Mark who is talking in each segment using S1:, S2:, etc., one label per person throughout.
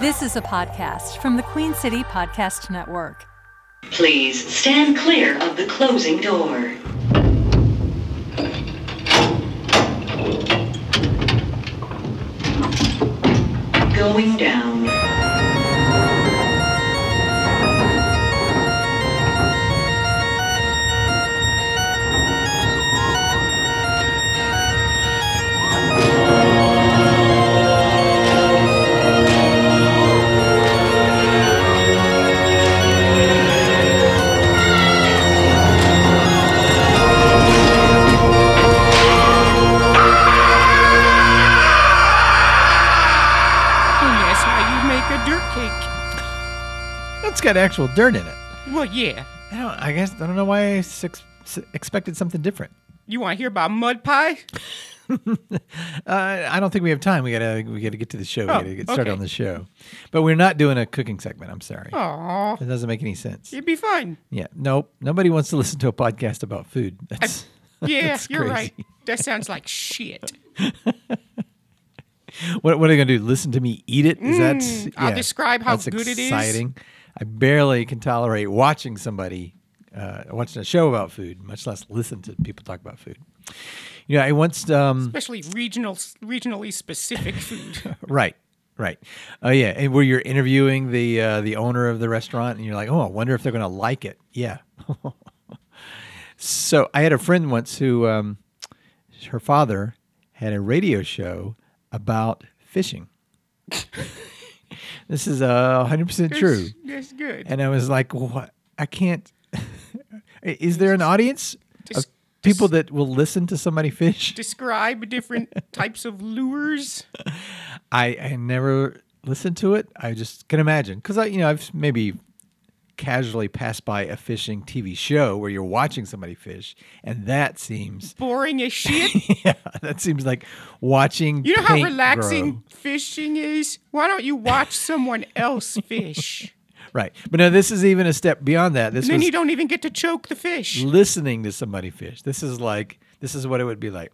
S1: This is a podcast from the Queen City Podcast Network.
S2: Please stand clear of the closing door. Going down.
S3: And that's how you make a dirt cake.
S4: That's got actual dirt in it.
S3: Well, yeah.
S4: I don't. I guess I don't know why I s- s- expected something different.
S3: You want to hear about mud pie?
S4: Uh, I don't think we have time. We gotta we gotta get to the show. we
S3: Oh,
S4: gotta get started
S3: okay. Oh.
S4: on the show. But we're not doing a cooking segment. I'm sorry.
S3: Aw,
S4: It doesn't make any sense.
S3: it'd be fun.
S4: Yeah. Nope. Nobody wants to listen to a podcast about food. That's
S3: Yeah,
S4: That's
S3: you're
S4: crazy.
S3: right. That sounds like shit.
S4: what. What are you gonna do? Listen to me eat it? Is that? s-
S3: Mm, I'll
S4: yeah,
S3: describe how
S4: that's
S3: good it is.
S4: Exciting. I barely can tolerate watching somebody uh, watching a show about food, much less listen to people talk about food. You know, I once um,
S3: Especially regional, regionally specific food.
S4: Right. Right. Oh yeah, and where you're interviewing the uh, the owner of the restaurant, and you're like, oh, I wonder if they're going to like it. Yeah. so I had a friend once who, um, her father had a radio show about fishing. this is uh, 100% true.
S3: That's good.
S4: And I was like, what? I can't. is there an audience
S3: Just-
S4: of people that will listen to somebody fish?
S3: Describe different types of lures.
S4: I, I never listened to it. I just can imagine because I you know I've maybe casually passed by a fishing TV show where you're watching somebody fish, and that seems
S3: Boring as shit.
S4: yeah that seems like watching.
S3: You know how
S4: paint
S3: relaxing
S4: grow.
S3: fishing is? Why don't you watch someone else fish?
S4: right? But no, this is even a step beyond that. This
S3: And then
S4: was
S3: you don't even get to choke the fish.
S4: listening to somebody fish. This is like this is what it would be like.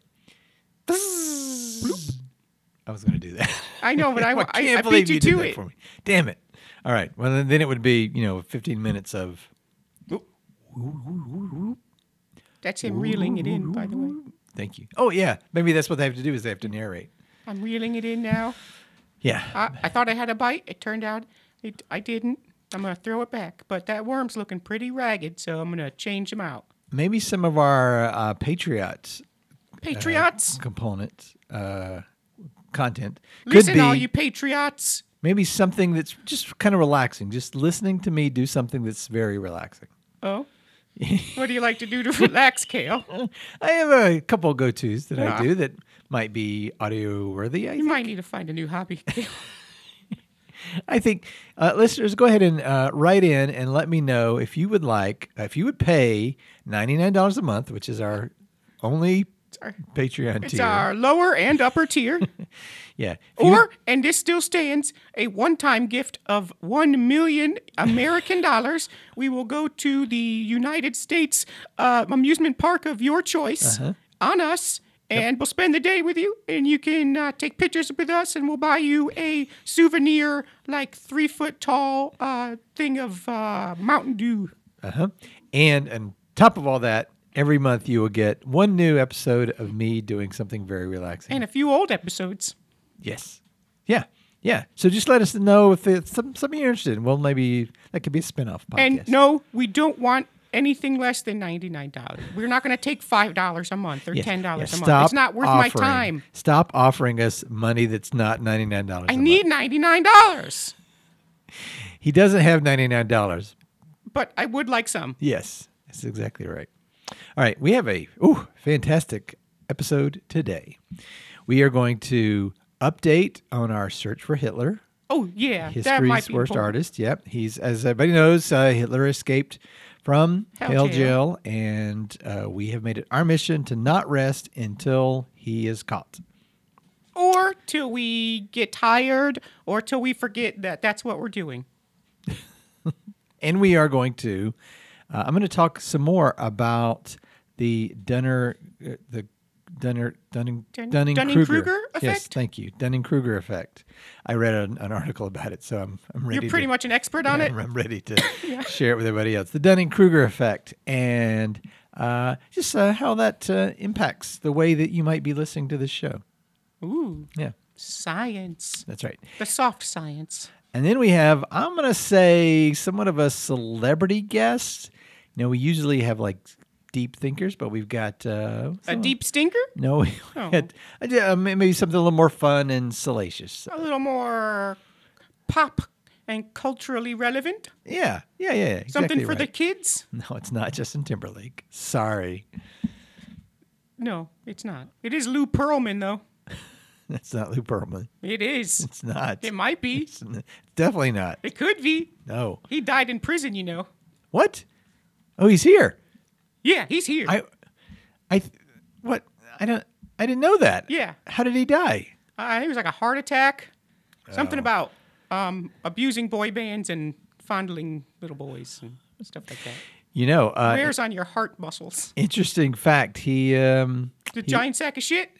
S4: I was going to do that.
S3: I know, but I, I,
S4: I
S3: I,
S4: can't
S3: beat
S4: believe
S3: you,
S4: you did
S3: to
S4: that
S3: it.
S4: for me. Damn it! All right. Well, then, then it would be you know 15 minutes of
S3: That's him reeling it in, by the way.
S4: Thank you. Oh yeah, maybe that's what they have to do is they have to narrate.
S3: I'm reeling it in now.
S4: Yeah,
S3: I, I thought I had a bite. It turned out it, I didn't. I'm going to throw it back. But that worm's looking pretty ragged, so I'm going to change him out.
S4: maybe some of our uh, Patriots
S3: Patriots!
S4: component uh, content could
S3: Listen,
S4: be
S3: all you patriots!
S4: maybe something that's just kind of relaxing. Just listening to me do something that's very relaxing.
S3: Oh? what do you like to do to relax, Kale?
S4: I have a couple go tos that I
S3: Yeah.
S4: do that might be audio worthy. I
S3: You might need to find a new hobby, Kale.
S4: I think uh, listeners, go ahead and uh, write in and let me know if you would like, uh, if you would pay ninety nine dollars a month, which is our only
S3: our-
S4: Patreon
S3: It's
S4: tier.
S3: our lower and upper tier.
S4: yeah, If you-
S3: Or, and this still stands, a one time gift of 1 million American dollars. We will go to the United States uh, amusement park of your choice on us, and we'll spend the day with you. And you can uh, take pictures with us, and we'll buy you a souvenir, like three foot tall uh, thing of uh, Mountain Dew.
S4: Uh-huh. And on top of all that, every month you will get one new episode of me doing something very relaxing.
S3: And a few old episodes.
S4: yes. Yeah. Yeah. So just let us know if it's some, something you're interested in. Well, maybe that could be a spin-off podcast.
S3: And no, we don't want anything less than $99. We're not going to take $5 a month or
S4: Yes.
S3: $10
S4: Yeah,
S3: a month.
S4: stop
S3: It's not worth my
S4: offering-
S3: time.
S4: Stop offering us money that's not $99.
S3: I
S4: a
S3: need
S4: month.
S3: $99,
S4: He doesn't have $99.
S3: but I would like some.
S4: Yes. That's exactly right. All right, we have a ooh, fantastic episode today. We are going to update on our search for Hitler.
S3: Oh, yeah. that might
S4: History's
S3: be
S4: worst
S3: important.
S4: artist. Yep. He's, as everybody knows, uh, Hitler escaped from
S3: Hell
S4: Hell
S3: jail.
S4: Jail, and uh, we have made it our mission to not rest until he is caught.
S3: Or till we get tired or till we forget that that's what we're doing.
S4: And we are going to, uh, I'm going to talk some more about the Dunner, uh, the Dunner, Dunning,
S3: Dun-
S4: Dunning
S3: Dunning-Kruger
S4: Kruger Yes,
S3: effect?
S4: thank you. Dunning Kruger effect. I read an, an article about it, so I'm, I'm ready.
S3: You're pretty
S4: to,
S3: much an expert on it.
S4: I'm, I'm ready to share it with everybody else. The Dunning Kruger effect, and uh, just uh, how that uh, impacts the way that you might be listening to this show.
S3: Ooh,
S4: Yeah,
S3: science.
S4: that's right.
S3: The soft science.
S4: And then we have, I'm going to say, somewhat of a celebrity guest. You know, we usually have like deep thinkers, but we've got uh,
S3: A
S4: some-
S3: deep stinker?
S4: No, we
S3: Oh.
S4: had I did- uh, may- maybe something a little more fun and salacious.
S3: A little more pop and culturally relevant?
S4: Yeah, yeah, yeah. yeah, Exactly
S3: Something for the
S4: right.
S3: kids?
S4: No, it's not Justin Timberlake. Sorry,
S3: No, it's not. It is Lou Pearlman, though.
S4: that's not Lou Pearlman.
S3: It is.
S4: It's not.
S3: It might be.
S4: It's n- definitely not.
S3: It could be.
S4: No.
S3: He died in prison, you know.
S4: What? Oh, he's here.
S3: Yeah, he's here.
S4: I, I, th- what? I don't. I didn't know that.
S3: Yeah.
S4: How did he die?
S3: I think it Uh, was like a heart attack. Something
S4: Oh.
S3: about um, abusing boy bands and fondling little boys and stuff like that.
S4: You know, uh,
S3: Wears on your heart muscles.
S4: interesting fact. He um
S3: The giant sack of shit.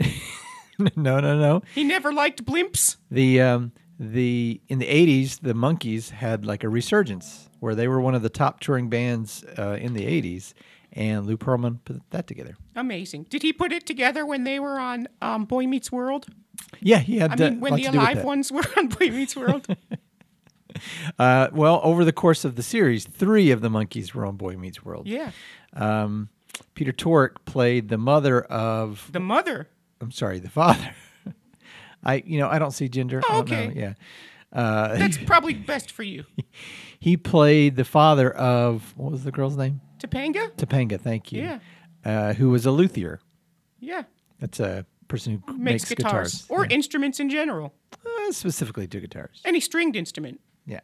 S4: no no no.
S3: He never liked blimps.
S4: The um the in the 80s the Monkees had like a resurgence where they were one of the top touring bands uh, in the 80s and Lou Pearlman put that together.
S3: Amazing. Did he put it together when they were on um, Boy Meets World?
S4: Yeah, he had
S3: I
S4: uh,
S3: mean, when
S4: lots
S3: the
S4: to do with
S3: alive
S4: that.
S3: ones were on Boy Meets World.
S4: Uh, well, over the course of the series, 3 of the Monkees were on Boy Meets World.
S3: yeah.
S4: Um Peter Tork played the mother of
S3: The mother.
S4: I'm sorry, the father. I you know, I don't see gender.
S3: Oh,
S4: I don't
S3: okay.
S4: know. Yeah. Uh,
S3: That's probably best for you.
S4: He played the father of what was the girl's name?
S3: Topanga?
S4: Topanga. Thank you.
S3: Yeah.
S4: Uh, who was a luthier?
S3: Yeah.
S4: That's a person who
S3: Makes,
S4: makes,
S3: guitars. Or
S4: Yeah.
S3: instruments in general.
S4: Uh, specifically two guitars.
S3: Any stringed instrument.
S4: Yeah.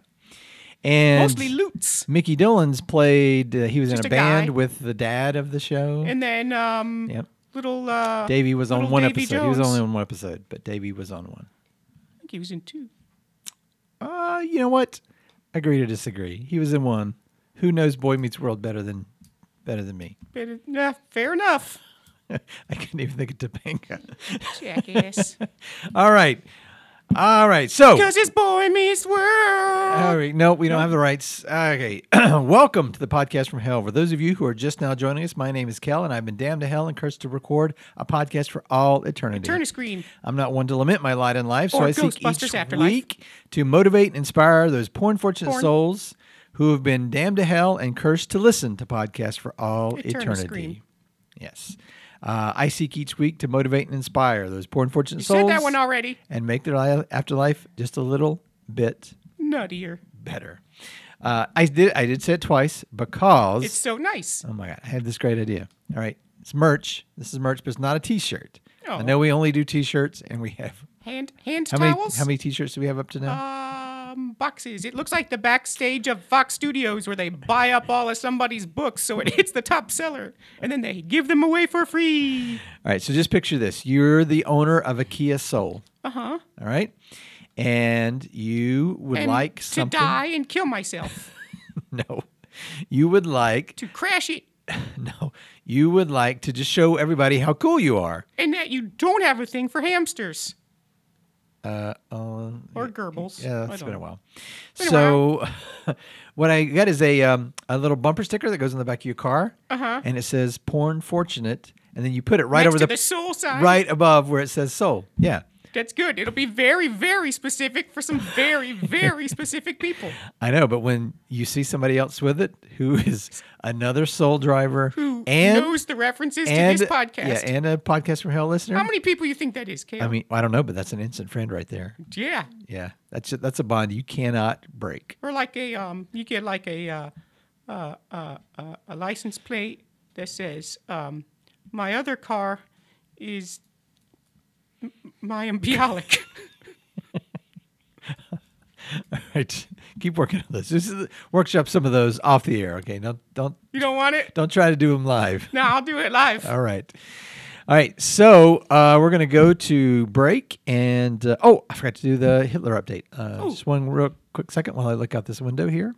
S4: And
S3: Mostly lutes.
S4: Mickey Dolan's played. Uh, he was in
S3: Just
S4: a,
S3: a guy.
S4: band with the dad of the show.
S3: And then um,
S4: yep.
S3: little. Uh,
S4: Davey was on
S3: little
S4: one
S3: Davy
S4: episode. He was
S3: Jones.
S4: only on one episode, but Davey was on one.
S3: I think he was in two.
S4: Uh, you know what? Agree to disagree. He was in one. Who knows Boy Meets World better than better than me?
S3: But, uh, nah, fair enough.
S4: I couldn't even think of Topanga.
S3: Jackass.
S4: All right. All right. So
S3: Because it's Boy Meets World.
S4: All right. No, we don't have the rights. Okay. Welcome to the podcast from hell. For those of you who are just now joining us, my name is Kel, and I've been damned to hell and cursed to record a podcast for all eternity.
S3: Turn a screen.
S4: I'm not one to lament my lot in life, so
S3: Or
S4: I seek
S3: Ghostbusters
S4: each
S3: Afterlife.
S4: week to motivate and inspire those poor unfortunate
S3: Porn.
S4: souls who have been damned to hell and cursed to listen to podcasts for all
S3: Eternal
S4: eternity.
S3: scream.
S4: Yes. Uh, I seek each week to motivate and inspire those poor unfortunate
S3: You
S4: souls
S3: said that one already.
S4: and make their li- afterlife just a little bit
S3: Nuttier.
S4: better. Uh, I did. I did say it twice because.
S3: It's so nice.
S4: oh my god! I had this great idea. All right, it's merch. This is merch, but it's not a T-shirt.
S3: Oh.
S4: I know we only do T-shirts, and we have
S3: Hand hand
S4: how many?
S3: towels.
S4: How many T-shirts do we have up to now?
S3: um, boxes. It looks like the backstage of Fox Studios where they buy up all of somebody's books so it hits the top seller, and then they give them away for free.
S4: all right. So just picture this: you're the owner of a Kia Soul. Uh
S3: Uh-huh.
S4: huh. All right, and you would
S3: And
S4: like
S3: to
S4: something.
S3: die and kill myself
S4: No, you would like
S3: to crash it,
S4: no. You would like to just show everybody how cool you are.
S3: and that you don't have a thing for hamsters. Uh, or Goebbels.
S4: Yeah,
S3: I
S4: it's
S3: don't
S4: been a
S3: know.
S4: while.
S3: a
S4: so, what I got is a um, a little bumper sticker that goes on the back of your car, uh-huh. and it says "Porn Fortunate," and then you put it right
S3: Next
S4: over
S3: to
S4: the,
S3: the soul sign.
S4: right above where it says "Soul." Yeah,
S3: That's good. It'll be very, very specific for some very, very specific people.
S4: I know. But when you see somebody else with it who is another Soul driver
S3: Who
S4: and
S3: knows the references
S4: and
S3: to this podcast?
S4: yeah, and a podcast from hell listener,
S3: How many people you think that is, Kale?
S4: I mean, I don't know, but that's an instant friend right there.
S3: yeah.
S4: Yeah, that's that's a bond you cannot break.
S3: Or like a um, you get like a uh, uh, uh, uh, a license plate that says um, my other car is m- my umbilic.
S4: All right, keep working on this. This is workshop some of those off the air. Okay, now don't
S3: you don't want it?
S4: Don't try to do them live.
S3: No, I'll do it live.
S4: All right. All right. So uh, we're going to go to break. And uh, oh, I forgot to do the
S3: Oh.
S4: Hitler update. Uh, just one real quick second while I look out this window here.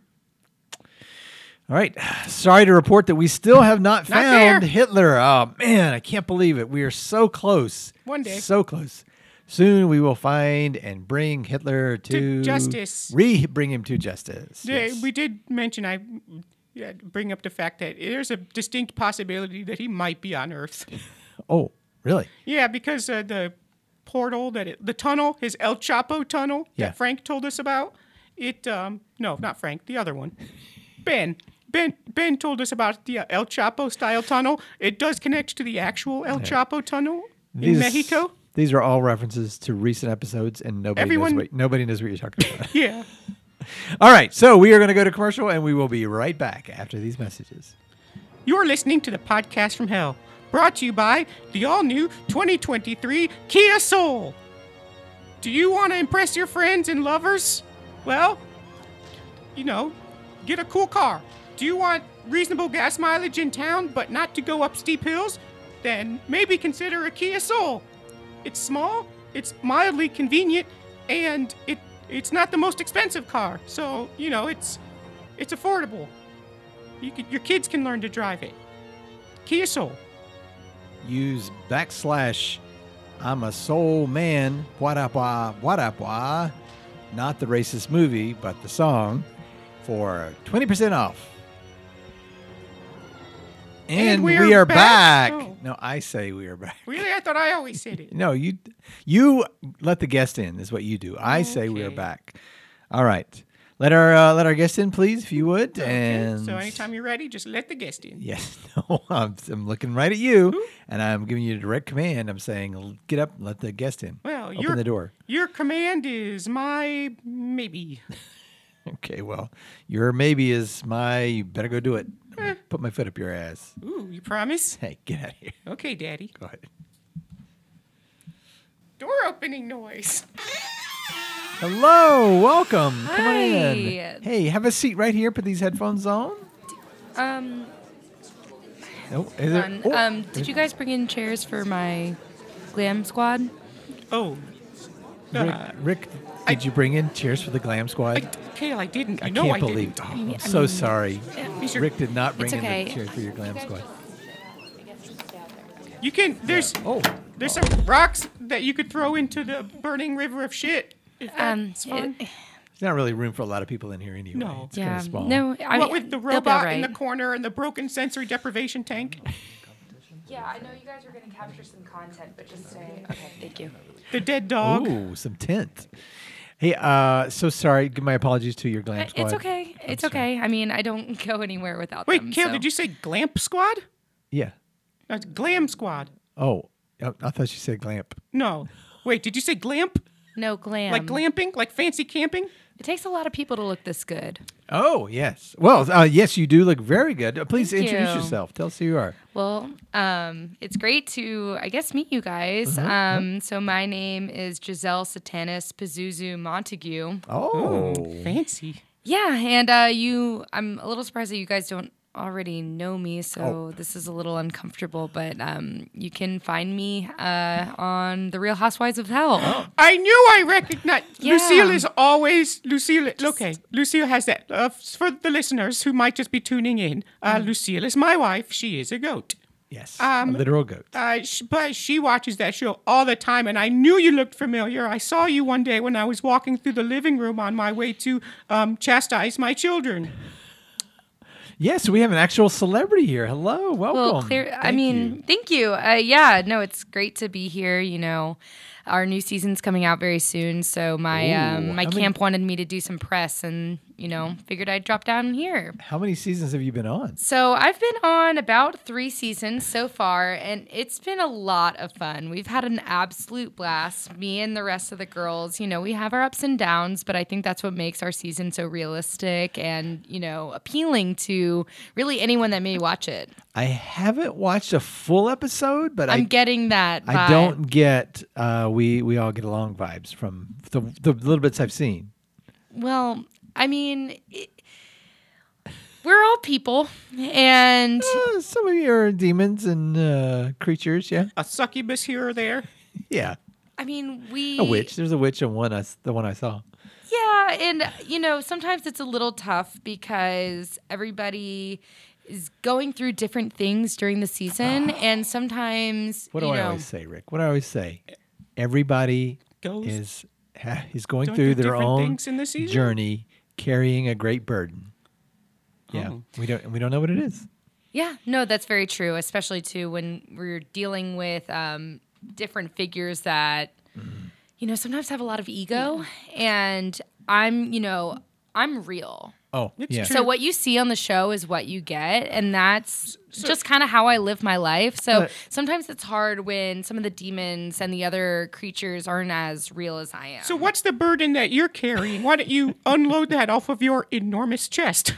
S4: All right. Sorry to report that we still have not
S3: Not
S4: found
S3: there.
S4: Hitler. Oh, man, I can't believe it. We are so close.
S3: One day.
S4: So close. Soon we will find and bring Hitler to,
S3: justice.
S4: Re bring him to justice.
S3: Yeah,
S4: Yes.
S3: We did mention I yeah, bring up the fact that there's a distinct possibility that he might be on Earth.
S4: oh, really?
S3: Yeah, because uh, the portal that it, the tunnel, his El Chapo tunnel
S4: Yeah.
S3: that Frank told us about. It um no, not Frank, the other one. Ben. Ben Ben told us about the uh, El Chapo style tunnel. It does connect to the actual El Chapo tunnel in Mexico.
S4: These are all references to recent episodes, and nobody
S3: Everyone-
S4: knows what, nobody knows what you're talking about.
S3: Yeah.
S4: all right, so we are going to go to commercial, and we will be right back after these messages.
S3: You're listening to the podcast from hell, brought to you by the all new 2023 Kia Soul. Do you want to impress your friends and lovers? Well, you know, get a cool car. Do you want reasonable gas mileage in town but not to go up steep hills? Then maybe consider a Kia Soul. It's small, it's mildly convenient, and it it's not the most expensive car. So, you know, it's it's affordable. You could, your kids can learn to drive it. Kia Soul.
S4: use backslash I'm a soul man, wadapwa, wadapwa, not the racist movie, but the song, for 20% off. And, we are, back.
S3: Oh.
S4: No, I say we are back.
S3: Really? I thought I always said it.
S4: No, you you let the guest in is what you do. I say we are
S3: Okay.
S4: back. All right. Let our uh, let our guest in, please, if you would. And
S3: so anytime you're ready, just let the guest in.
S4: Yes, no, I'm, I'm looking right at you, and I'm giving you a direct command. I'm saying, "L- get up, and let the guest in.
S3: Well,
S4: open
S3: your,
S4: the door.
S3: Your command is my maybe.
S4: Okay, well, your maybe is my. You better go do it. I'm
S5: Eh.
S4: gonna Put my foot up your ass.
S3: Ooh, you promise?
S4: Hey, get out of here.
S3: Okay, Daddy.
S4: Go ahead.
S3: Door opening noise.
S4: Hello, welcome. Come on
S5: Hi.
S4: in. Hey, have a seat right here. Put these headphones on.
S5: Um,
S4: Oh, is it-
S5: fun.
S4: oh,
S5: um, did you guys bring in chairs for my glam squad?
S3: Oh,
S4: Rick,
S5: Uh,
S4: Rick, did you bring in cheers for the Glam Squad?
S3: I, Kale, I didn't. You
S4: I
S3: know
S4: can't
S3: I
S4: believe.
S3: didn't.
S4: Oh, I'm so sorry.
S3: These are-
S4: Rick did not bring in
S5: okay.
S4: the cheers for your Glam Squad.
S3: You can. There's
S4: Oh,
S3: there's some rocks that you could throw into the burning river of shit. If
S5: Um,
S3: that's fun.
S5: it-
S4: There's not really room for a lot of people in here anyway.
S3: No.
S4: It's kind
S5: yeah.
S4: of small.
S5: No, I
S3: what with the
S5: they'll be all
S3: robot in the
S5: right.
S3: corner and the broken sensory deprivation tank?
S5: Yeah, I know you guys are going to capture some content, but just say, okay, thank you.
S3: The dead dog.
S4: Ooh, some tent. Hey, uh, so sorry. Give my apologies to your glam squad.
S5: Uh, It's okay. It's okay. I mean, I don't go anywhere without
S3: Wait,
S5: them.
S3: Kale,
S5: so-
S3: did you say Glamp Squad?
S4: Yeah.
S3: That's Glam Squad.
S4: Oh, I I thought you said glamp.
S3: No. Wait, did you say glamp?
S5: No glam.
S3: Like glamping? Like fancy camping?
S5: It takes a lot of people to look this good.
S4: Oh yes. Well, uh, yes, you do look very good. Uh, Please
S5: Thank
S4: introduce
S5: you.
S4: yourself. Tell us who you are.
S5: Well, um, it's great to, I guess, meet you guys.
S4: Uh-huh,
S5: Um, so my name is Giselle Satanis Pazuzu Montague.
S4: Oh,
S3: Fancy.
S5: Yeah, and uh, you, I'm a little surprised that you guys don't already know me, so
S4: Oh.
S5: this is a little uncomfortable. But um, you can find me uh, on The Real Housewives of Hell.
S4: Oh,
S3: I knew I recognized.
S5: Yeah.
S3: Lucille is always Lucille. okay, Lucille has that. Uh, f- for the listeners who might just be tuning in, uh,
S5: Mm.
S3: Lucille is my wife. She is a goat.
S4: yes.
S3: Um,
S4: a literal goat.
S3: Uh, sh- but she watches that show all the time, and I knew you looked familiar. I saw you one day when I was walking through the living room on my way to um, chastise my children.
S4: yes, we have an actual celebrity here. Hello, welcome.
S5: Well, clear. I
S4: Thank
S5: mean,
S4: you.
S5: thank you. Uh, yeah, no, it's great to be here. You know, our new season's coming out very soon, so my
S4: Ooh,
S5: um, my
S4: how many-
S5: camp wanted me to do some press, and you know, figured I'd drop down here.
S4: how many seasons have you been on?
S5: So I've been on about three seasons so far, and it's been a lot of fun. We've had an absolute blast. Me and the rest of the girls, you know, we have our ups and downs, but I think that's what makes our season so realistic and you know appealing to really anyone that may watch it.
S4: I haven't watched a full episode, but
S5: I'm
S4: I
S5: getting that.
S4: I
S5: vibe.
S4: don't get uh, we we all get along vibes from the, the little bits I've seen.
S5: Well, I mean, it, we're all people, and
S4: Uh, some of you are demons and uh, creatures, yeah,
S3: A succubus here or there.
S4: yeah.
S5: I mean, we
S4: A witch. There's a witch in one. I s the one I saw.
S5: Yeah, and you know, sometimes it's a little tough because everybody is going through different things during the season, and sometimes
S4: What do
S5: you
S4: I
S5: know,
S4: always say, Rick? What do I always say? Everybody
S3: Goes-
S4: is ha- is going
S3: Don't do
S4: through their
S3: different
S4: own
S3: things in the season?
S4: journey, carrying a great burden. Yeah,
S3: Oh.
S4: we don't we don't know what it is.
S5: Yeah, no, that's very true, especially too when we're dealing with um, different figures that
S4: Mm-hmm.
S5: you know sometimes have a lot of ego, and I'm you know I'm real.
S4: Oh,
S3: It's
S4: yeah.
S3: true.
S5: So what you see on the show is what you get, and that's just kind of how I live my life. So
S4: But-
S5: sometimes it's hard when some of the demons and the other creatures aren't as real as I am.
S3: So what's the burden that you're carrying? Why don't you unload that off of your enormous chest?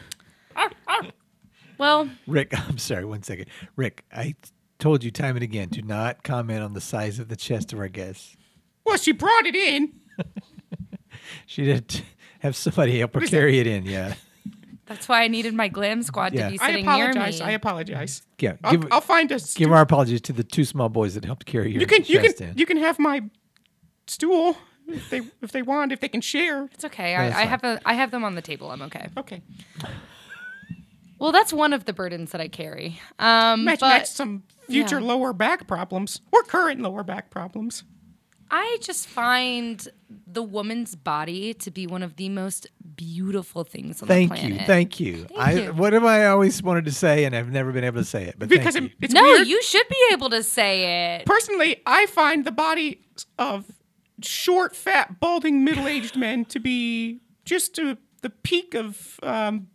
S5: well,
S4: Rick, I'm sorry, one second. Rick, I told you time and again, do not comment on the size of the chest of our guests.
S3: Well, she brought it in.
S4: She did have somebody help her carry it in. Yeah,
S5: that's why I needed my glam squad
S4: Yeah.
S5: to be
S3: I
S5: sitting near me.
S3: apologize. I apologize.
S4: yeah.
S3: I'll,
S4: Give,
S3: I'll find us.
S4: give our apologies to the two small boys that helped carry your
S3: you can you
S4: chest
S3: can
S4: in.
S3: you can have my stool if they if they want if they can share.
S5: it's okay.
S4: that's
S5: I, I
S4: fine.
S5: have a, I have them on the table. I'm okay.
S3: Okay,
S5: Well, that's one of the burdens that I carry. Um,
S3: match
S5: but
S3: match some future
S5: yeah.
S3: lower back problems or current lower back problems.
S5: I just find the woman's body to be one of the most beautiful things on the
S4: Thank
S5: planet.
S4: you, thank you. I
S5: you.
S4: what have I always wanted to say, and I've never been able to say it. But
S3: Because
S4: thank
S3: it, it's
S5: no,
S3: weird.
S5: you should be able to say it.
S3: personally, I find the body of short, fat, balding, middle-aged men to be just uh the peak of um,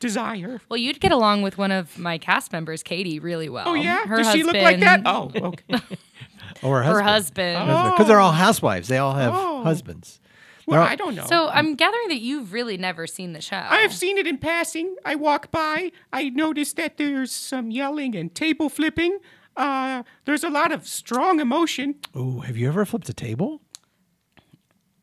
S3: desire.
S5: Well, you'd get along with one of my cast members, Katie, really well.
S3: Oh yeah, does she look like that? Oh, okay.
S4: you. Or her
S5: Her
S4: husband.
S5: husband. Oh.
S4: Because they're all housewives. They all have
S3: Oh.
S4: husbands.
S3: Well,
S4: They're-
S3: I don't know.
S5: So I'm gathering that you've really never seen the show.
S3: I have seen it in passing. I walk by. I notice that there's some yelling and table flipping. Uh, there's a lot of strong emotion.
S4: Ooh, have you ever flipped a table?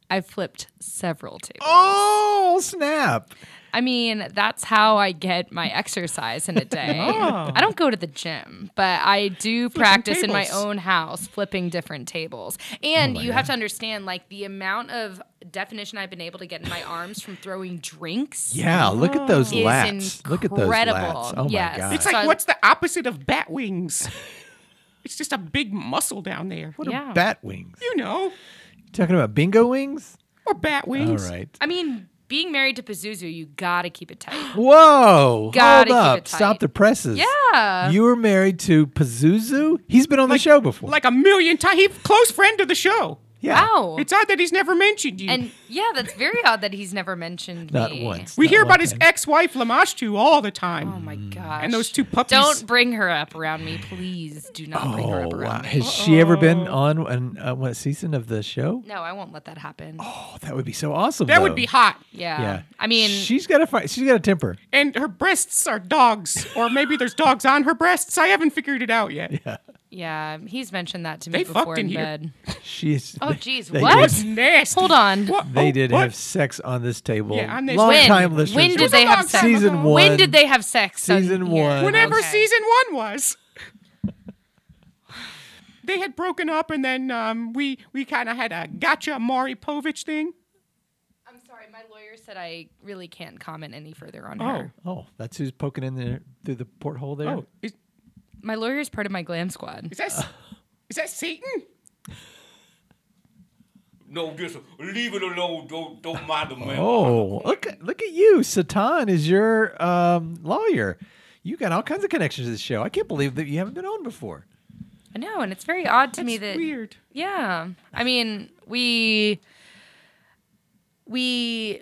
S5: I've flipped several tables.
S4: Oh snap!
S5: I mean, that's how I get my exercise in a day.
S3: Oh.
S5: I don't go to the gym, but I do practice in my
S3: tables.
S5: own house flipping different tables. And you have to understand, like, the amount of definition I've been able to get in my arms from throwing drinks.
S4: Yeah, look at those
S5: Oh. Is
S4: lats. Look at those
S5: incredible.
S4: lats. Oh my
S5: Yes.
S4: god!
S3: It's
S5: So
S3: like
S5: I'm-
S3: what's the opposite of bat wings? it's just a big muscle down there.
S4: what
S5: yeah.
S4: are bat wings?
S3: You know,
S4: Talking about bingo wings?
S3: or bat
S4: All
S3: wings.
S4: right.
S5: I mean, being married to Pazuzu, you gotta keep it tight.
S4: Whoa!
S5: Gotta keep
S4: hold up!
S5: it tight.
S4: Stop the presses.
S5: Yeah.
S4: You were married to Pazuzu. He's been on the show before.
S3: Like a million times. He's close friend of the show.
S4: yeah.
S5: Wow.
S3: It's odd that he's never mentioned you.
S5: and yeah, that's very odd that he's never mentioned
S4: Not
S5: me.
S4: once.
S3: we
S4: Not
S3: hear
S4: one
S3: about his
S4: time.
S3: ex-wife Lamashtu all the time.
S5: Oh my
S4: Mm.
S5: gosh.
S3: and those two puppies.
S5: Don't bring her up around me, please. Do not bring her
S4: Oh
S5: up
S4: wow!
S5: around me.
S4: Has she ever been on an, uh, what season of the show?
S5: No, I won't let that happen.
S4: Oh, that would be so awesome.
S3: that would
S4: though.
S3: be hot.
S5: Yeah.
S4: Yeah.
S5: I mean,
S4: she's got a fi- she's got a temper.
S3: And her breasts are dogs, or maybe there's dogs on her breasts. I haven't figured it out yet.
S5: yeah, he's mentioned that to me
S3: They
S5: before
S3: fucked
S5: in,
S3: in here.
S5: bed.
S4: She's
S5: Oh, geez,
S4: They
S5: what?
S4: did-
S3: It's nasty.
S5: Hold on.
S3: What?
S4: They
S3: Oh,
S4: did
S3: what?
S4: have sex on this table.
S3: Yeah, on this-
S4: long
S5: When?
S4: time listeners.
S5: When
S4: will-
S5: did they
S3: It was a
S5: have
S3: long
S5: sex?
S3: time
S4: Season
S3: ago.
S4: one.
S5: When did they have sex? on
S4: Season
S5: here?
S4: one.
S3: Whenever
S5: Okay.
S3: season one was. They had broken up, and then um, we we kind of had a gotcha Mari Povich thing.
S5: I'm sorry, my lawyer said I really can't comment any further on
S3: Oh,
S5: her.
S4: Oh, that's who's poking in there through the porthole there.
S3: oh, is,
S5: My lawyer is part of my glam squad.
S3: is that s is that Satan?
S6: No, just leave it alone. Don't don't mind the man.
S4: Oh, look at look at you. Satan is your um, lawyer. You got all kinds of connections to this show. I can't believe that you haven't been on before.
S5: I know, and it's very odd to me
S3: That's
S5: that
S3: weird.
S5: Yeah. I mean, we we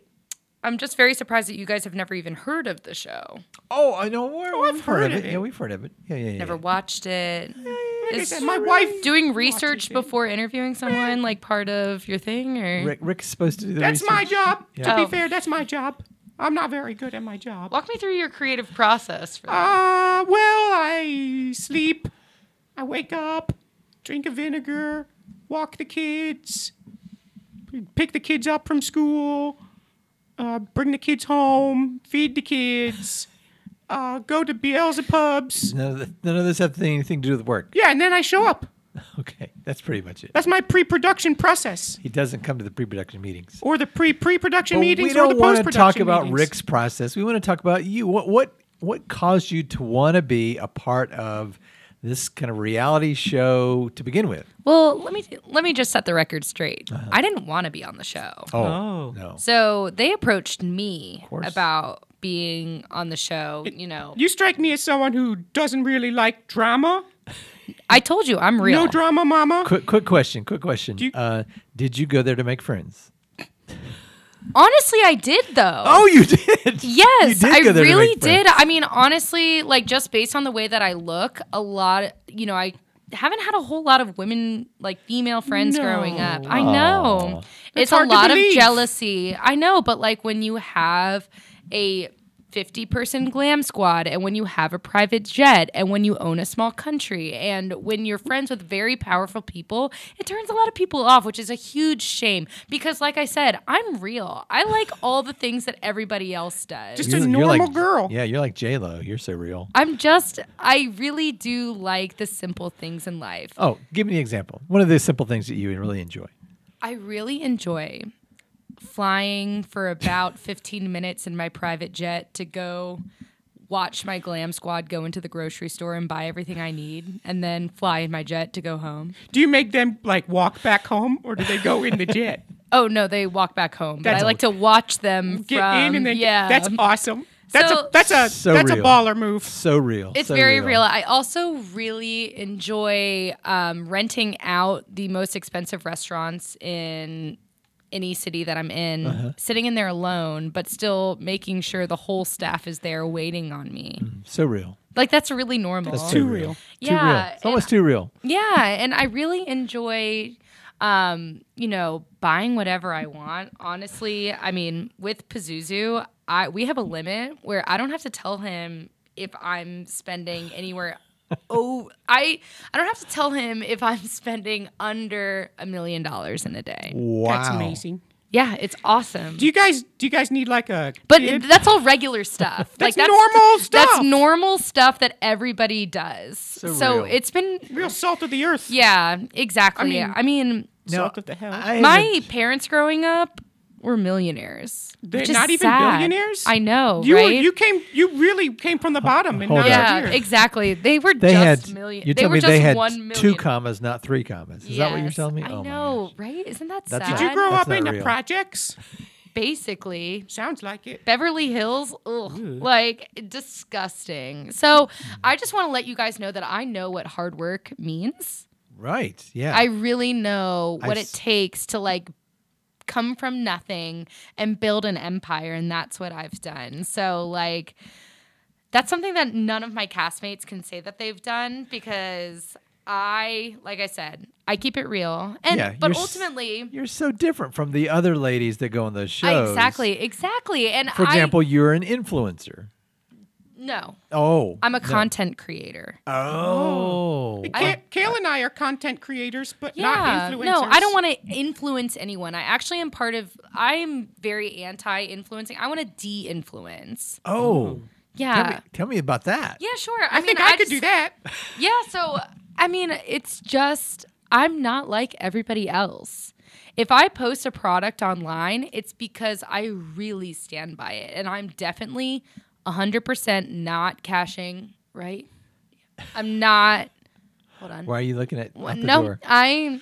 S5: I'm just very surprised that you guys have never even heard of the show.
S4: Oh, I know. We're,
S3: I've
S4: we've heard,
S3: heard
S4: of
S3: of
S4: it.
S3: it.
S4: Yeah, we've heard of it. Yeah, yeah, yeah.
S5: Never watched it.
S3: Like I
S5: Is
S3: said, my wife.
S5: doing research before interviewing someone like part of your thing or
S4: Rick, Rick's supposed to do the
S3: That's my
S4: research.
S3: job. To
S5: Oh.
S3: be fair, that's my job. I'm not very good at my job.
S5: walk me through your creative process for that.
S3: Uh, well, I sleep. I wake up, drink a vinegar, walk the kids, pick the kids up from school, uh, bring the kids home, feed the kids, uh, go to Beelzebub's.
S4: None of, the, none of this have anything to do with work.
S3: Yeah, and then I show up.
S4: Okay, that's pretty much it.
S3: That's my pre-production process,
S4: He doesn't come to the pre-production meetings.
S3: or the pre-pre-production
S4: But
S3: meetings,
S4: we
S3: or
S4: don't
S3: the
S4: want
S3: post-production
S4: to talk about
S3: meetings.
S4: Rick's process. We want to talk about you. What what what caused you to want to be a part of this kind of reality show to begin with?
S5: Well, let me let me just set the record straight.
S3: Uh-huh.
S5: I didn't want to be on the show.
S4: Oh,
S7: Oh.
S4: no.
S5: So they approached me
S4: course.
S5: about being on the show. You know,
S3: You strike me as someone who doesn't really like drama.
S5: I told you I'm real.
S3: No drama, mama.
S4: Quick quick question. Quick question.
S3: you-
S4: uh, did you go there to make friends?
S5: Honestly, I did though.
S4: Oh, you did.
S5: Yes,
S4: You did
S5: I
S4: go there to
S5: really
S4: make friends.
S5: did. I mean, honestly, like just based on the way that I look, a lot, you know, I haven't had a whole lot of women like female friends growing up. I know. It's a
S3: hard to
S5: lot of
S3: believe.
S5: jealousy. I know, but like when you have a 50 person glam squad and when you have a private jet and when you own a small country and when you're friends with very powerful people it turns a lot of people off which is a huge shame because like i said i'm real i like all the things that everybody else does
S3: Just a normal
S4: like,
S3: girl.
S4: Yeah, you're like J Lo. You're so real.
S5: I'm just, I really do like the simple things in life.
S4: Oh, give me an example. One of the simple things that you really enjoy.
S5: I really enjoy flying for about 15 minutes in my private jet to go watch my glam squad go into the grocery store and buy everything I need and then fly in my jet to go home.
S3: Do you make them like walk back home, or do they go in the jet?
S5: Oh, no, they walk back home. But I
S3: That's-
S5: like to watch them
S3: Get
S5: from,
S3: in and then
S5: yeah.
S3: that's awesome. That's
S5: So-
S3: a that's a
S4: So
S3: that's a
S4: real.
S3: baller move.
S4: So real.
S5: It's
S4: so
S5: very real. I also really enjoy um, renting out the most expensive restaurants in any city that I'm in,
S4: Uh-huh.
S5: sitting in there alone, but still making sure the whole staff is there waiting on me.
S4: So real.
S5: Like that's really normal.
S4: Mm-hmm. That's
S3: Too
S4: too real.
S3: real.
S4: Too real.
S5: yeah,
S4: It's almost too real.
S5: yeah, and I really enjoy um, you know, buying whatever I want. Honestly, I mean, with Pazuzu, I we have a limit where I don't have to tell him if I'm spending anywhere oh I I don't have to tell him if I'm spending under a million dollars in a day.
S4: Wow.
S3: That's amazing.
S5: Yeah, it's awesome.
S3: Do you guys do you guys need like a
S5: But
S3: kid?
S5: that's all regular stuff.
S3: That's normal
S5: That's
S3: stuff.
S5: normal stuff that everybody does. So,
S4: real.
S5: it's been
S3: real salt of the earth?
S5: yeah, exactly.
S3: I mean-
S5: I mean
S3: Salt of the hell.
S4: I haven't-
S5: My parents growing up were millionaires.
S3: They're
S5: which is
S3: not even
S5: sad.
S3: billionaires?
S5: I know,
S3: you were-
S5: right?
S3: you came you really came from the bottom in
S4: Hold
S3: nine
S4: up.
S5: yeah,
S3: years.
S5: exactly. They were
S4: they
S5: just
S4: had
S5: million.
S4: you
S5: they
S4: tell
S5: were
S4: me
S5: just
S4: they had
S5: one million.
S4: two commas, not three commas. Is that what you're
S5: Yes,
S4: telling me?
S5: I
S4: oh
S5: know,
S4: My gosh.
S5: right? Isn't that
S4: That's
S5: sad?
S4: not-
S3: Did you grow
S4: That's
S3: up
S4: not
S3: in the
S4: real.
S3: projects?
S5: Basically,
S3: Sounds like it.
S5: Beverly Hills, ugh, like disgusting. So
S4: Hmm.
S5: I just want to let you guys know that I know what hard work means.
S4: Right. Yeah.
S5: I really know
S4: I
S5: what it
S4: s-
S5: takes to like come from nothing and build an empire and that's what I've done. So like that's something that none of my castmates can say that they've done because I like I said, I keep it real. And
S4: Yeah,
S5: but
S4: you're s-
S5: ultimately
S4: you're so different from the other ladies that go on those
S5: I-
S4: shows.
S5: exactly, exactly. And
S4: For example, you're an influencer.
S5: I, no,
S4: Oh.
S5: I'm a
S4: no. Uh,
S5: content creator.
S4: Oh.
S3: Kay- Kale and I are content creators, but not influencers.
S5: No, I don't want to influence anyone. I actually am part of. I'm very anti-influencing. I want to de-influence.
S4: Oh.
S5: Yeah.
S4: Tell, me, tell me about that.
S5: yeah, sure.
S3: I,
S5: I, mean,
S3: think I, could
S5: just-
S3: do that.
S5: Yeah. So I mean, it's just I'm not like everybody else. If I post a product online, it's because I really stand by it, and I'm definitely 100% not cashing. Right? I'm not. Hold on.
S4: Why are you looking at, at the
S5: no,
S4: door?
S5: I.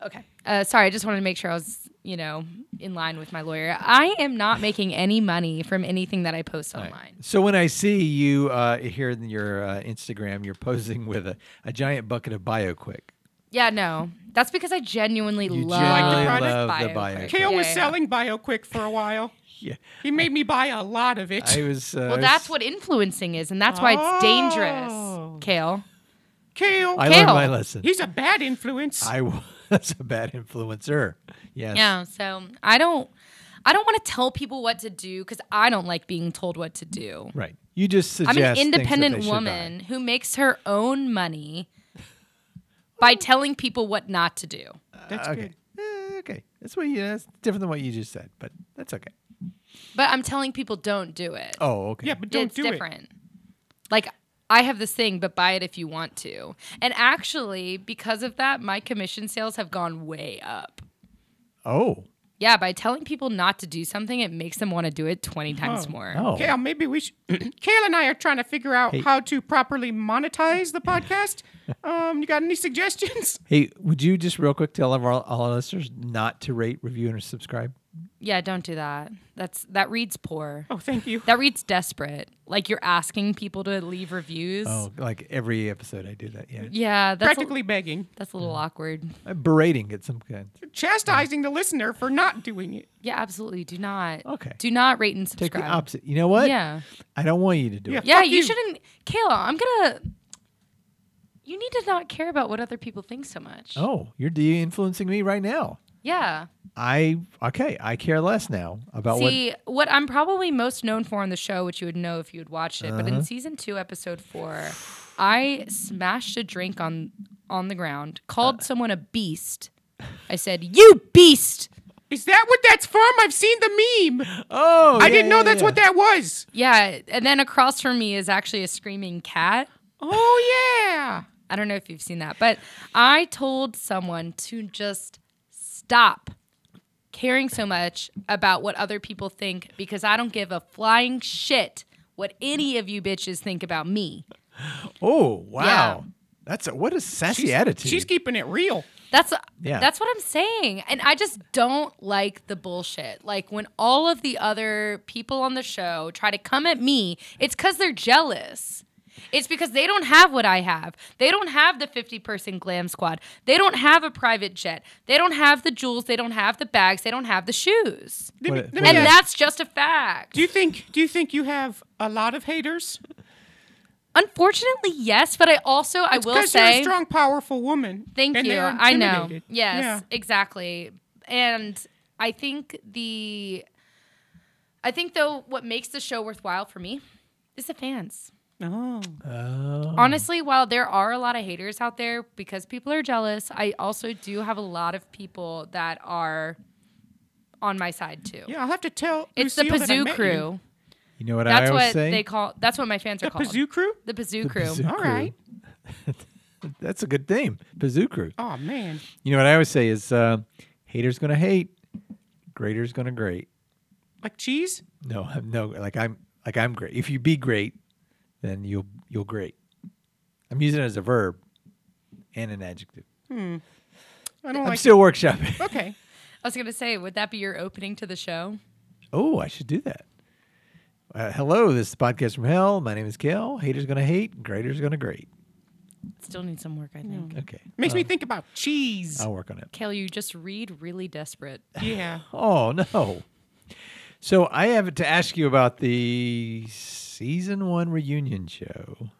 S5: Okay. Uh, sorry, I just wanted to make sure I was, you know, in line with my lawyer. I am not making any money from anything that I post online.
S4: So when I see you uh, here in your uh, Instagram, you're posing with a, a giant bucket of BioQuick.
S5: Yeah, no. That's because I genuinely
S4: You
S5: love,
S4: genuinely
S3: Like the
S4: love the
S5: BioQuick.
S4: BioQuick.
S3: Kale
S5: Yeah,
S3: was
S5: yeah.
S3: selling BioQuick for a while.
S4: Yeah,
S3: He made me buy a lot of it.
S4: I was. Uh, I
S5: Well,
S4: was-
S5: that's what influencing is, and that's why it's
S3: Oh.
S5: dangerous, Kale.
S3: Kale,
S4: I learned
S5: Kale.
S4: my lesson.
S3: he's a bad influence.
S4: I was a bad influencer. Yes.
S5: Yeah. So I don't, I don't want to tell people what to do because I don't like being told what to do.
S4: Right. You just
S5: I'm
S4: suggest. things
S5: an
S4: that
S5: independent
S4: they should
S5: woman
S4: buy.
S5: who makes her own money by telling people what not to do.
S3: That's
S4: okay. Eh, okay. That's what you. That's different than what you just said, but that's okay.
S5: But I'm telling people don't do it.
S4: Oh, okay.
S3: Yeah, but don't
S5: it's
S3: do it.
S5: different. Like I have this thing, but buy it if you want to. And actually, because of that, my commission sales have gone way up.
S4: Oh,
S5: Yeah, by telling people not to do something, it makes them want to do it 20 times more.
S4: oh.
S3: Kale, maybe we should. Kale and I are trying to figure out how to properly monetize the podcast. um, you got any suggestions?
S4: Hey, would you just real quick tell all of our, all our listeners not to rate, review, and subscribe?
S5: Yeah, don't do that. That's that reads poor.
S3: Oh, thank you.
S5: That reads desperate. Like you're asking people to leave reviews.
S4: Oh, like every episode I do that. Yeah,
S5: Yeah, that's
S3: Practically begging,
S5: A, that's a little awkward.
S4: Uh, berating at some kind.
S3: chastising the listener for not doing it.
S5: Yeah, absolutely. Do not.
S4: Okay.
S5: Do not rate and
S4: Take
S5: subscribe.
S4: the opposite. You know what?
S5: Yeah.
S4: I don't want you to do
S3: Yeah.
S4: it.
S5: Yeah,
S3: Fuck
S5: you,
S3: you.
S5: shouldn't, Kayla. I'm gonna. You need to not care about what other people think so much.
S4: Oh, you're de-influencing me right now.
S5: Yeah.
S4: I okay. I care less now about
S5: See, what, I'm probably most known for on the show, which you would know if you had watched it,
S3: Uh-huh.
S5: but in season two, episode four, I smashed a drink on on the ground,
S3: Uh.
S5: called someone a beast. I said, "You beast."
S3: Is that what that's from? I've seen the meme.
S4: what. Oh,
S3: I
S4: yeah,
S3: didn't know
S4: yeah,
S3: that's
S4: yeah.
S3: what that was.
S5: Yeah, and then across from me is actually a screaming cat.
S3: Oh yeah.
S5: I don't know if you've seen that, but I told someone to just stop caring so much about what other people think because I don't give a flying shit what any of you bitches think about me.
S4: Oh, wow. That's a, what a sassy attitude.
S3: She's keeping it real.
S5: That's
S4: Yeah.
S5: that's what I'm saying. And I just don't like the bullshit. Like when all of the other people on the show try to come at me, it's cuz they're jealous. It's because they don't have what I have. They don't have the 50 person glam squad. They don't have a private jet. They don't have the jewels, they don't have the bags, they don't have the shoes.
S3: Let me,
S4: What-
S3: let me
S5: And
S3: ask-
S5: that's just a fact.
S3: do you think? Do you think you have a lot of haters?
S5: Unfortunately, yes, but I also I will
S3: Because
S5: say
S3: you're a strong, powerful woman.
S5: Thank
S3: and
S5: you.
S3: they're
S5: I know. Yes,
S3: intimidated. Yeah.
S5: exactly. And I think the I think though what makes the show worthwhile for me is the fans.
S3: Oh.
S5: Honestly, while there are a lot of haters out there because people are jealous, I also do have a lot of people that are on my side too.
S3: Yeah, I'll have to tell.
S5: It's
S3: Lucille
S5: the
S3: that I
S5: Pazoo
S3: met you.
S5: crew.
S4: you know what
S5: That's
S4: I always
S5: what
S4: say?
S5: they call that's what my fans are
S3: The
S5: called.
S3: Pazoo crew.
S5: The Pazoo crew.
S4: Bazoo
S3: All
S4: crew.
S3: right.
S4: That's a good thing. Bazoo crew.
S3: Oh man.
S4: You know what I always say is uh, haters gonna hate, graters gonna great.
S3: Like cheese.
S4: No, I'm- no, like I'm like I'm great. If you be great, then you'll you'll great. I'm using it as a verb and an adjective.
S3: Oh, I don't
S4: I'm
S3: like.
S4: still workshopping.
S3: okay.
S5: I was gonna say, would that be your opening to the show?
S4: oh, I should do that. Uh, hello, this is podcast from hell. My name is Kel. Haters gonna hate, graters gonna great.
S5: Still need some work, I think.
S4: Okay,
S3: Makes me think about cheese.
S4: I'll work on it.
S5: Kale, you just read really desperate.
S3: Yeah.
S4: Oh no. So I have to ask you about the season one reunion show.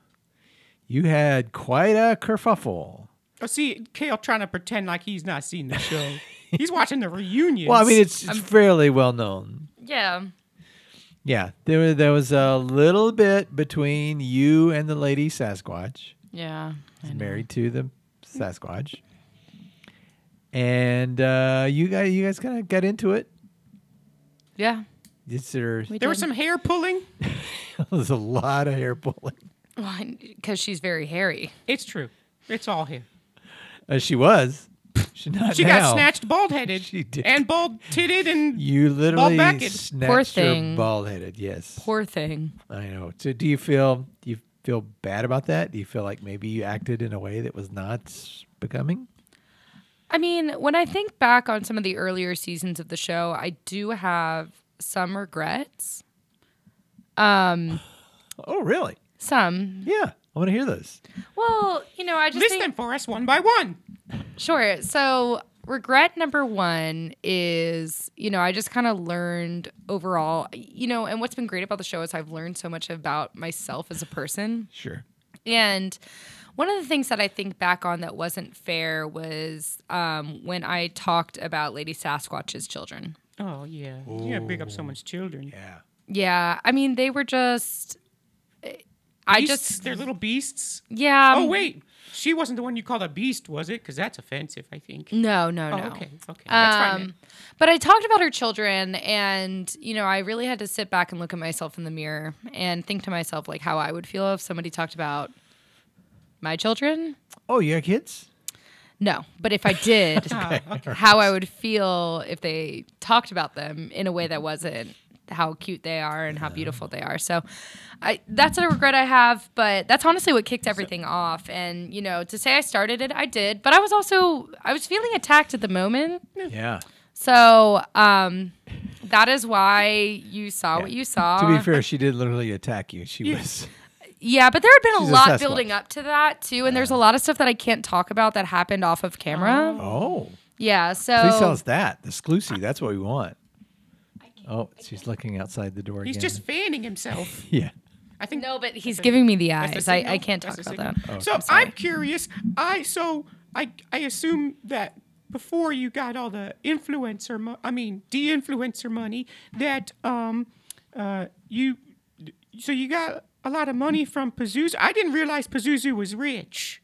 S4: You had quite a kerfuffle.
S3: Oh, see, Kale trying to pretend like he's not seen the show. he's watching the reunion.
S4: Well, I mean, it's, it's fairly well known.
S5: Yeah.
S4: Yeah, there wa- there was a little bit between you and the lady Sasquatch,
S5: Yeah.
S4: who's married to the Sasquatch, and uh, you guys you guys kind of got into it.
S5: Yeah.
S4: It's, there
S3: there was some hair pulling.
S4: was a lot of hair pulling.
S5: Because she's very hairy.
S3: It's true. It's all hair.
S4: Uh, she was. She not
S3: She
S4: now.
S3: got snatched bald headed
S4: She did.
S3: and bald titted and
S4: You literally
S3: backed.
S4: snatched
S5: Poor
S4: her
S5: thing.
S4: bald headed. Yes,
S5: Poor thing.
S4: I know. So, do you feel do you feel bad about that? Do you feel like maybe you acted in a way that was not becoming?
S5: I mean, when I think back on some of the earlier seasons of the show, I do have some regrets.
S4: Oh, really?
S5: Some.
S4: Yeah, I want to hear those.
S5: Well, you know, I just
S3: list
S5: think.
S3: them for us one by one.
S5: Sure. So, regret number one is, you know, I just kind of learned overall, you know, and what's been great about the show is I've learned so much about myself as a person.
S4: Sure.
S5: And one of the things that I think back on that wasn't fair was um, when I talked about Lady Sasquatch's children.
S3: Oh yeah, you gotta big up someone's children.
S4: Oh. Yeah.
S5: Yeah, I mean they were just. I
S3: Beasts,
S5: just
S3: they're little beasts.
S5: yeah.
S3: oh wait, She wasn't the one you called a beast, was it? Because that's offensive, I think.
S5: No, no,
S3: Oh,
S5: no.
S3: okay, okay. That's fine.
S5: Um,
S3: then.
S5: but I talked about her children, and you know, I really had to sit back and look at myself in the mirror and think to myself like how I would feel if somebody talked about my children.
S4: Oh, you got kids?
S5: No, but if I did, how I would feel if they talked about them in a way that wasn't how cute they are and how beautiful they are. So, I that's a regret I have, but that's honestly what kicked everything off. And you know, to say I started it, I did, but I was also I was feeling attacked at the moment.
S4: Yeah.
S5: So um, that is why you saw what you saw.
S4: To
S3: Um,
S4: be fair, she did literally attack you. She was.
S5: Yeah, but there had been
S4: She's
S5: a
S4: a
S5: lot
S4: Sasquatch.
S5: building up to that too, and there's a lot of stuff that I can't talk about that happened off of camera.
S4: Oh.
S5: Yeah, so
S4: Please tell us that. The Sclusy. That's what we want. Oh, she's looking outside the door
S3: He's
S4: again.
S3: just fanning himself.
S4: Yeah.
S3: I think.
S5: no, but he's
S3: That's a-
S5: giving me the
S3: that's a
S5: eyes. I, I
S3: signal.
S5: can't talk
S3: That's a
S5: about that.
S3: signal. So I'm, curious. I so I I assume that before you got all the influencer, mo- I mean de-influencer money, that um uh you so you got a lot of money from Pazuzu. I didn't realize Pazuzu was rich.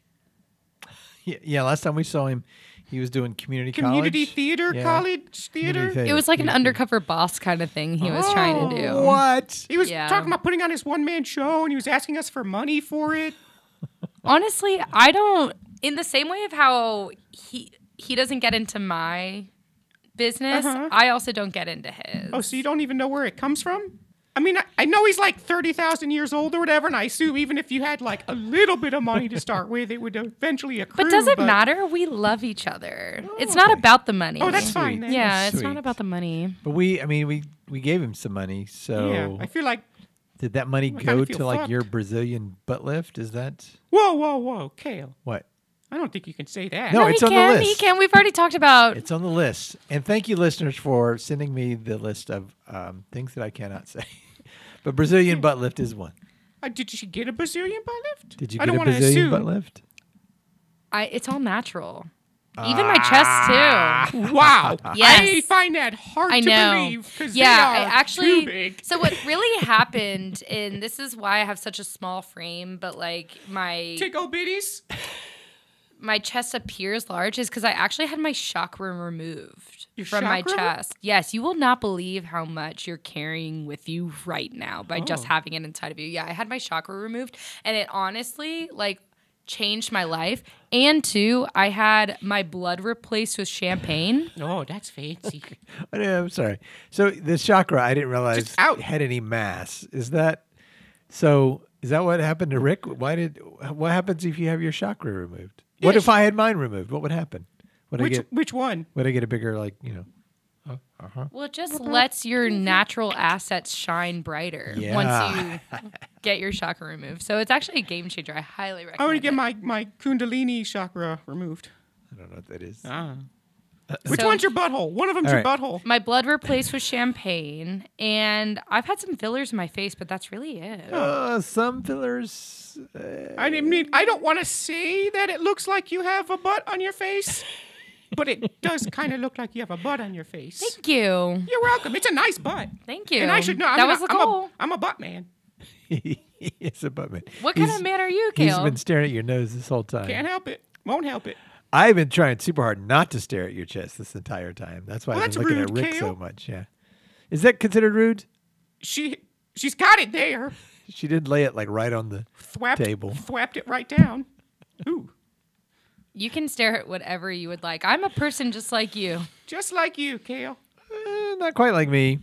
S4: yeah. Yeah. Last time we saw him, he was doing community
S3: Community
S4: college.
S3: theater,
S4: Yeah.
S3: college
S4: Community
S3: theater.
S4: theater.
S5: It was like an undercover boss kind of thing he was trying to
S3: Oh,
S5: do.
S4: What?
S3: He was
S5: Yeah.
S3: talking about putting on his one man show, and he was asking us for money for it.
S5: Honestly, I don't. In the same way of how he he doesn't get into my business, I also don't get into his.
S3: Uh-huh. Oh, so you don't even know where it comes from? I mean, I, I know he's like 30,000 years old or whatever, and I assume even if you had like a little bit of money to start with, it would eventually accrue.
S5: But does it matter? We love each other. it's not about the money.
S3: Oh, that's fine Oh, then.
S5: Yeah, it's not
S4: Sweet.
S5: about the money.
S4: But we, I mean, we we gave him some money. So
S3: Yeah, I feel like,
S4: did that money
S3: I
S4: go
S3: kinda
S4: to
S3: feel
S4: like your
S3: fucked.
S4: Brazilian butt lift? Is that
S3: whoa, whoa, whoa, Kale.
S4: what?
S3: I don't think you can say that.
S4: No,
S5: he
S4: it's on the
S5: can. He
S4: list.
S5: can. We've already talked about.
S4: It's on the list. And thank you, listeners, for sending me the list of um, things that I cannot say. but Brazilian butt lift is one.
S3: Uh, did she get a Brazilian butt lift?
S4: Did you
S3: I
S4: get
S3: don't
S4: a
S3: wanna
S4: Brazilian
S3: assume.
S4: butt lift?
S5: I, it's all natural. Even my chest too.
S3: Wow.
S5: Yes.
S3: I find that hard
S5: I
S3: to
S5: know.
S3: believe because
S5: Yeah,
S3: they
S5: I
S3: are
S5: actually.
S3: too big.
S5: So what really happened, and this is why I have such a small frame, but like my
S3: Tickle bitties?
S5: my chest appears large, is because I actually had my chakra removed
S3: Your
S5: from my
S3: chakra?
S5: chest. Yes, you will not believe how much you're carrying with you right now by just
S3: Oh.
S5: having it inside of you. Yeah, I had my chakra removed, and it honestly like changed my life. And two, I had my blood replaced with champagne.
S3: No, that's fancy.
S4: Oh, no, I'm sorry. So the chakra, I didn't realize
S3: out.
S4: had any mass. Is that so? Is that what happened to Rick? Why did? What happens if you have your chakra removed? What if I had mine removed? What would happen? Would I
S3: which,
S4: get?
S3: which one?
S4: Would I get a bigger like you know?
S5: Well, it just lets your natural assets shine brighter
S4: Yeah.
S5: once you get your chakra removed. So it's actually a game changer. I highly recommend.
S3: I want to get
S5: it.
S3: my, my Kundalini chakra removed.
S4: I don't know what that is.
S3: Ah. Which
S5: So-
S3: one's your butthole? One of them's
S4: All
S3: your
S4: right.
S3: butthole.
S5: my blood replaced with champagne, and I've had some fillers in my face, but that's really it.
S3: Oh.
S4: Uh, some fillers.
S3: I didn't mean I don't want to say that it looks like you have a butt on your face, but it does kind of look like you have a butt on your face.
S5: Thank you,
S3: You're welcome. It's a nice butt.
S5: thank you.
S3: And I should know. I
S5: that
S3: mean,
S5: was the
S3: I'm a-
S5: goal.
S3: I'm a butt man.
S4: it's a butt man.
S5: what kind
S4: He's-
S5: of man are you,
S4: He's
S5: Kale?
S4: been staring at your nose this whole time.
S3: Can't help it. Won't help it.
S4: I've been trying super hard not to stare at your chest this entire time. That's why
S3: Well,
S4: I've been
S3: that's
S4: looking
S3: rude,
S4: at Rick so
S3: Kale.
S4: much. Yeah. Is that considered rude?
S3: She she's got it there.
S4: She did lay it like right on the
S3: Thwapped
S4: Table.
S3: Thwapped it right down. Ooh.
S5: you can stare at whatever you would like. I'm a person just like you.
S3: Just like you, Kale.
S4: Eh, not quite like me.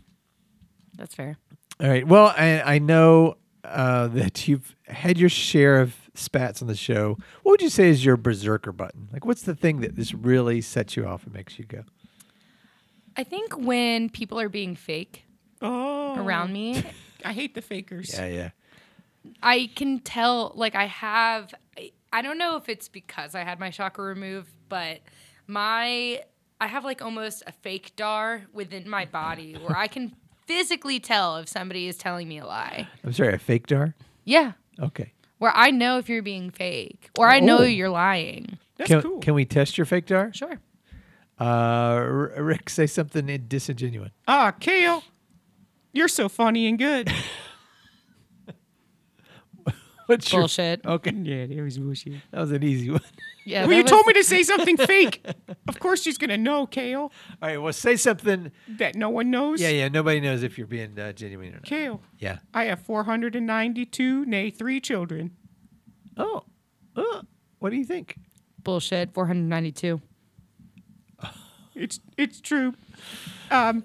S5: That's fair.
S4: All right. Well, I, I know uh, that you've had your share of spats on the show. What would you say is your berserker button? Like, what's the thing that this really sets you off and makes you go?
S5: I think when people are being fake
S3: Oh.
S5: around me,
S3: I hate the fakers.
S4: Yeah, yeah.
S5: I can tell, like, I have, I- I don't know if it's because I had my chakra removed, but my, I have like almost a fake dar within my body where I can physically tell if somebody is telling me a lie.
S4: I'm sorry, a fake dar.
S5: Yeah.
S4: Okay.
S5: Where I know if you're being fake or I know
S4: Oh.
S5: you're lying.
S3: That's
S4: Can,
S3: cool.
S4: can we test your fake dar?
S5: Sure.
S4: Uh, R- Rick, say something in- disingenuous.
S3: ah, Kale. You're so funny and good.
S4: What's your-
S5: Bullshit.
S4: okay,
S3: Yeah, they always wish you.
S4: that was an easy one.
S5: Yeah,
S3: Well,
S5: that
S3: you
S5: was-
S3: told me to say something fake. Of course, she's gonna know, Kale,
S4: All right, well, say something.
S3: that no one knows.
S4: Yeah, yeah. Nobody knows if you're being uh, genuine or not.
S3: Kale,
S4: Yeah.
S3: I have 492, nay, three children.
S4: Oh, uh, what do you think?
S5: bullshit. 492.
S3: It's it's true. Um, um,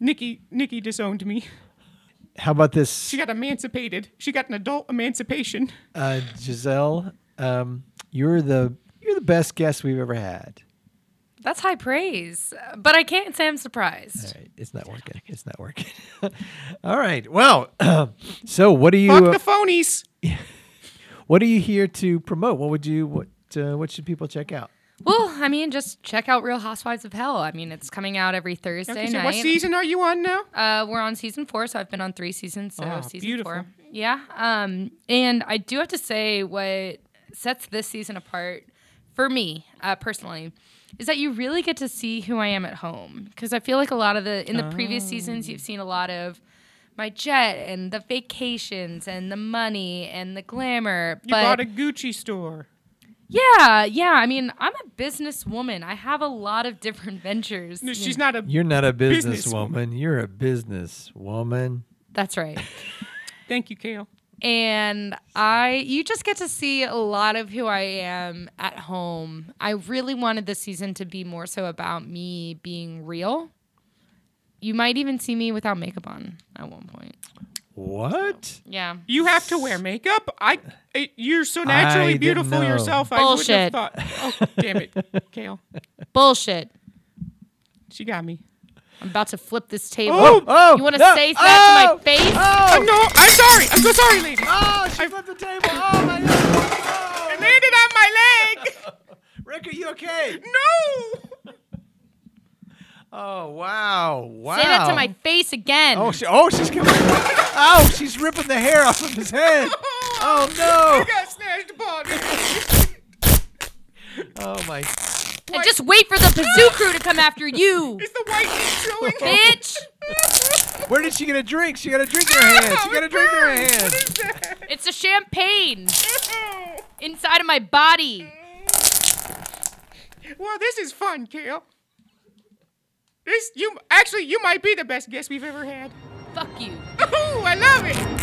S3: Nikki Nikki disowned me.
S4: How about this,
S3: She got emancipated. She got an adult emancipation.
S4: uh, Giselle? Um, you're the you're the best guest we've ever had.
S5: That's high praise, but I can't say I'm surprised.
S4: All right, it's not working. It's not working. All right. Well, so what do you
S3: Fuck
S4: uh,
S3: the phonies.
S4: what are you here to promote? What would you what uh, what should people check out?
S5: Well, I mean, just check out Real Housewives of Hell. I mean, it's coming out every Thursday
S3: Okay, so
S5: night.
S3: what season are you on now?
S5: Uh, we're on season four, so I've been on three seasons. So
S3: Ah,
S5: season
S3: beautiful.
S5: four. Yeah. Um, and I do have to say what sets this season apart for me uh, personally is that you really get to see who I am at home because I feel like a lot of the in the previous seasons you've seen a lot of my jet and the vacations and the money and the glamour.
S3: You
S5: but
S3: bought a Gucci store.
S5: yeah, yeah. I mean, I'm a businesswoman. I have a lot of different ventures.
S3: No,
S5: you
S3: she's not a.
S4: You're not a businesswoman.
S3: Businesswoman.
S4: You're a businesswoman.
S5: That's right.
S3: Thank you, Kale.
S5: and I you just get to see a lot of who I am at home. I really wanted this season to be more so about me being real. You might even see me without makeup on at one point.
S4: What?
S5: Yeah.
S3: You have to wear makeup. I. It, you're so naturally
S4: didn't
S3: beautiful
S4: know.
S3: yourself.
S5: Bullshit.
S3: I wouldn't have thought. Oh, damn it, Kale.
S5: Bullshit.
S3: She got me.
S5: I'm about to flip this table.
S3: Oh,
S4: oh,
S5: you want to
S4: no,
S5: say that
S4: oh,
S5: to my face?
S3: Oh no! I'm sorry. I'm so sorry, lady.
S4: Oh, she flipped the table. Oh my god. Oh.
S3: It landed on my leg.
S4: Rick, are you okay?
S3: No.
S4: Oh wow. Wow.
S5: Say that to my face again.
S4: Oh, she, oh, she's coming. oh, she's ripping the hair off of his head. Oh
S3: I
S4: no.
S3: got snatched upon
S4: Oh my.
S5: and just wait for the Pazoo crew to come after you,
S3: Is the white showing?
S4: Oh,
S5: bitch.
S4: Where did she get a drink? She got a drink in her hand. She
S3: Oh,
S4: got a drink in her hand.
S5: It's a champagne inside of my body.
S3: Well, this is fun, Kale. This you actually you might be the best guest we've ever had.
S5: Fuck you.
S3: Oh, I love it.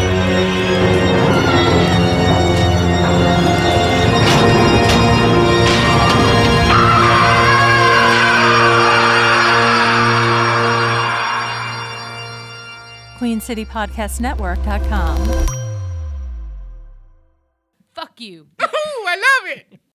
S1: QueenCityPodcastNetwork.com.
S5: Fuck you.
S3: Oh, I love it.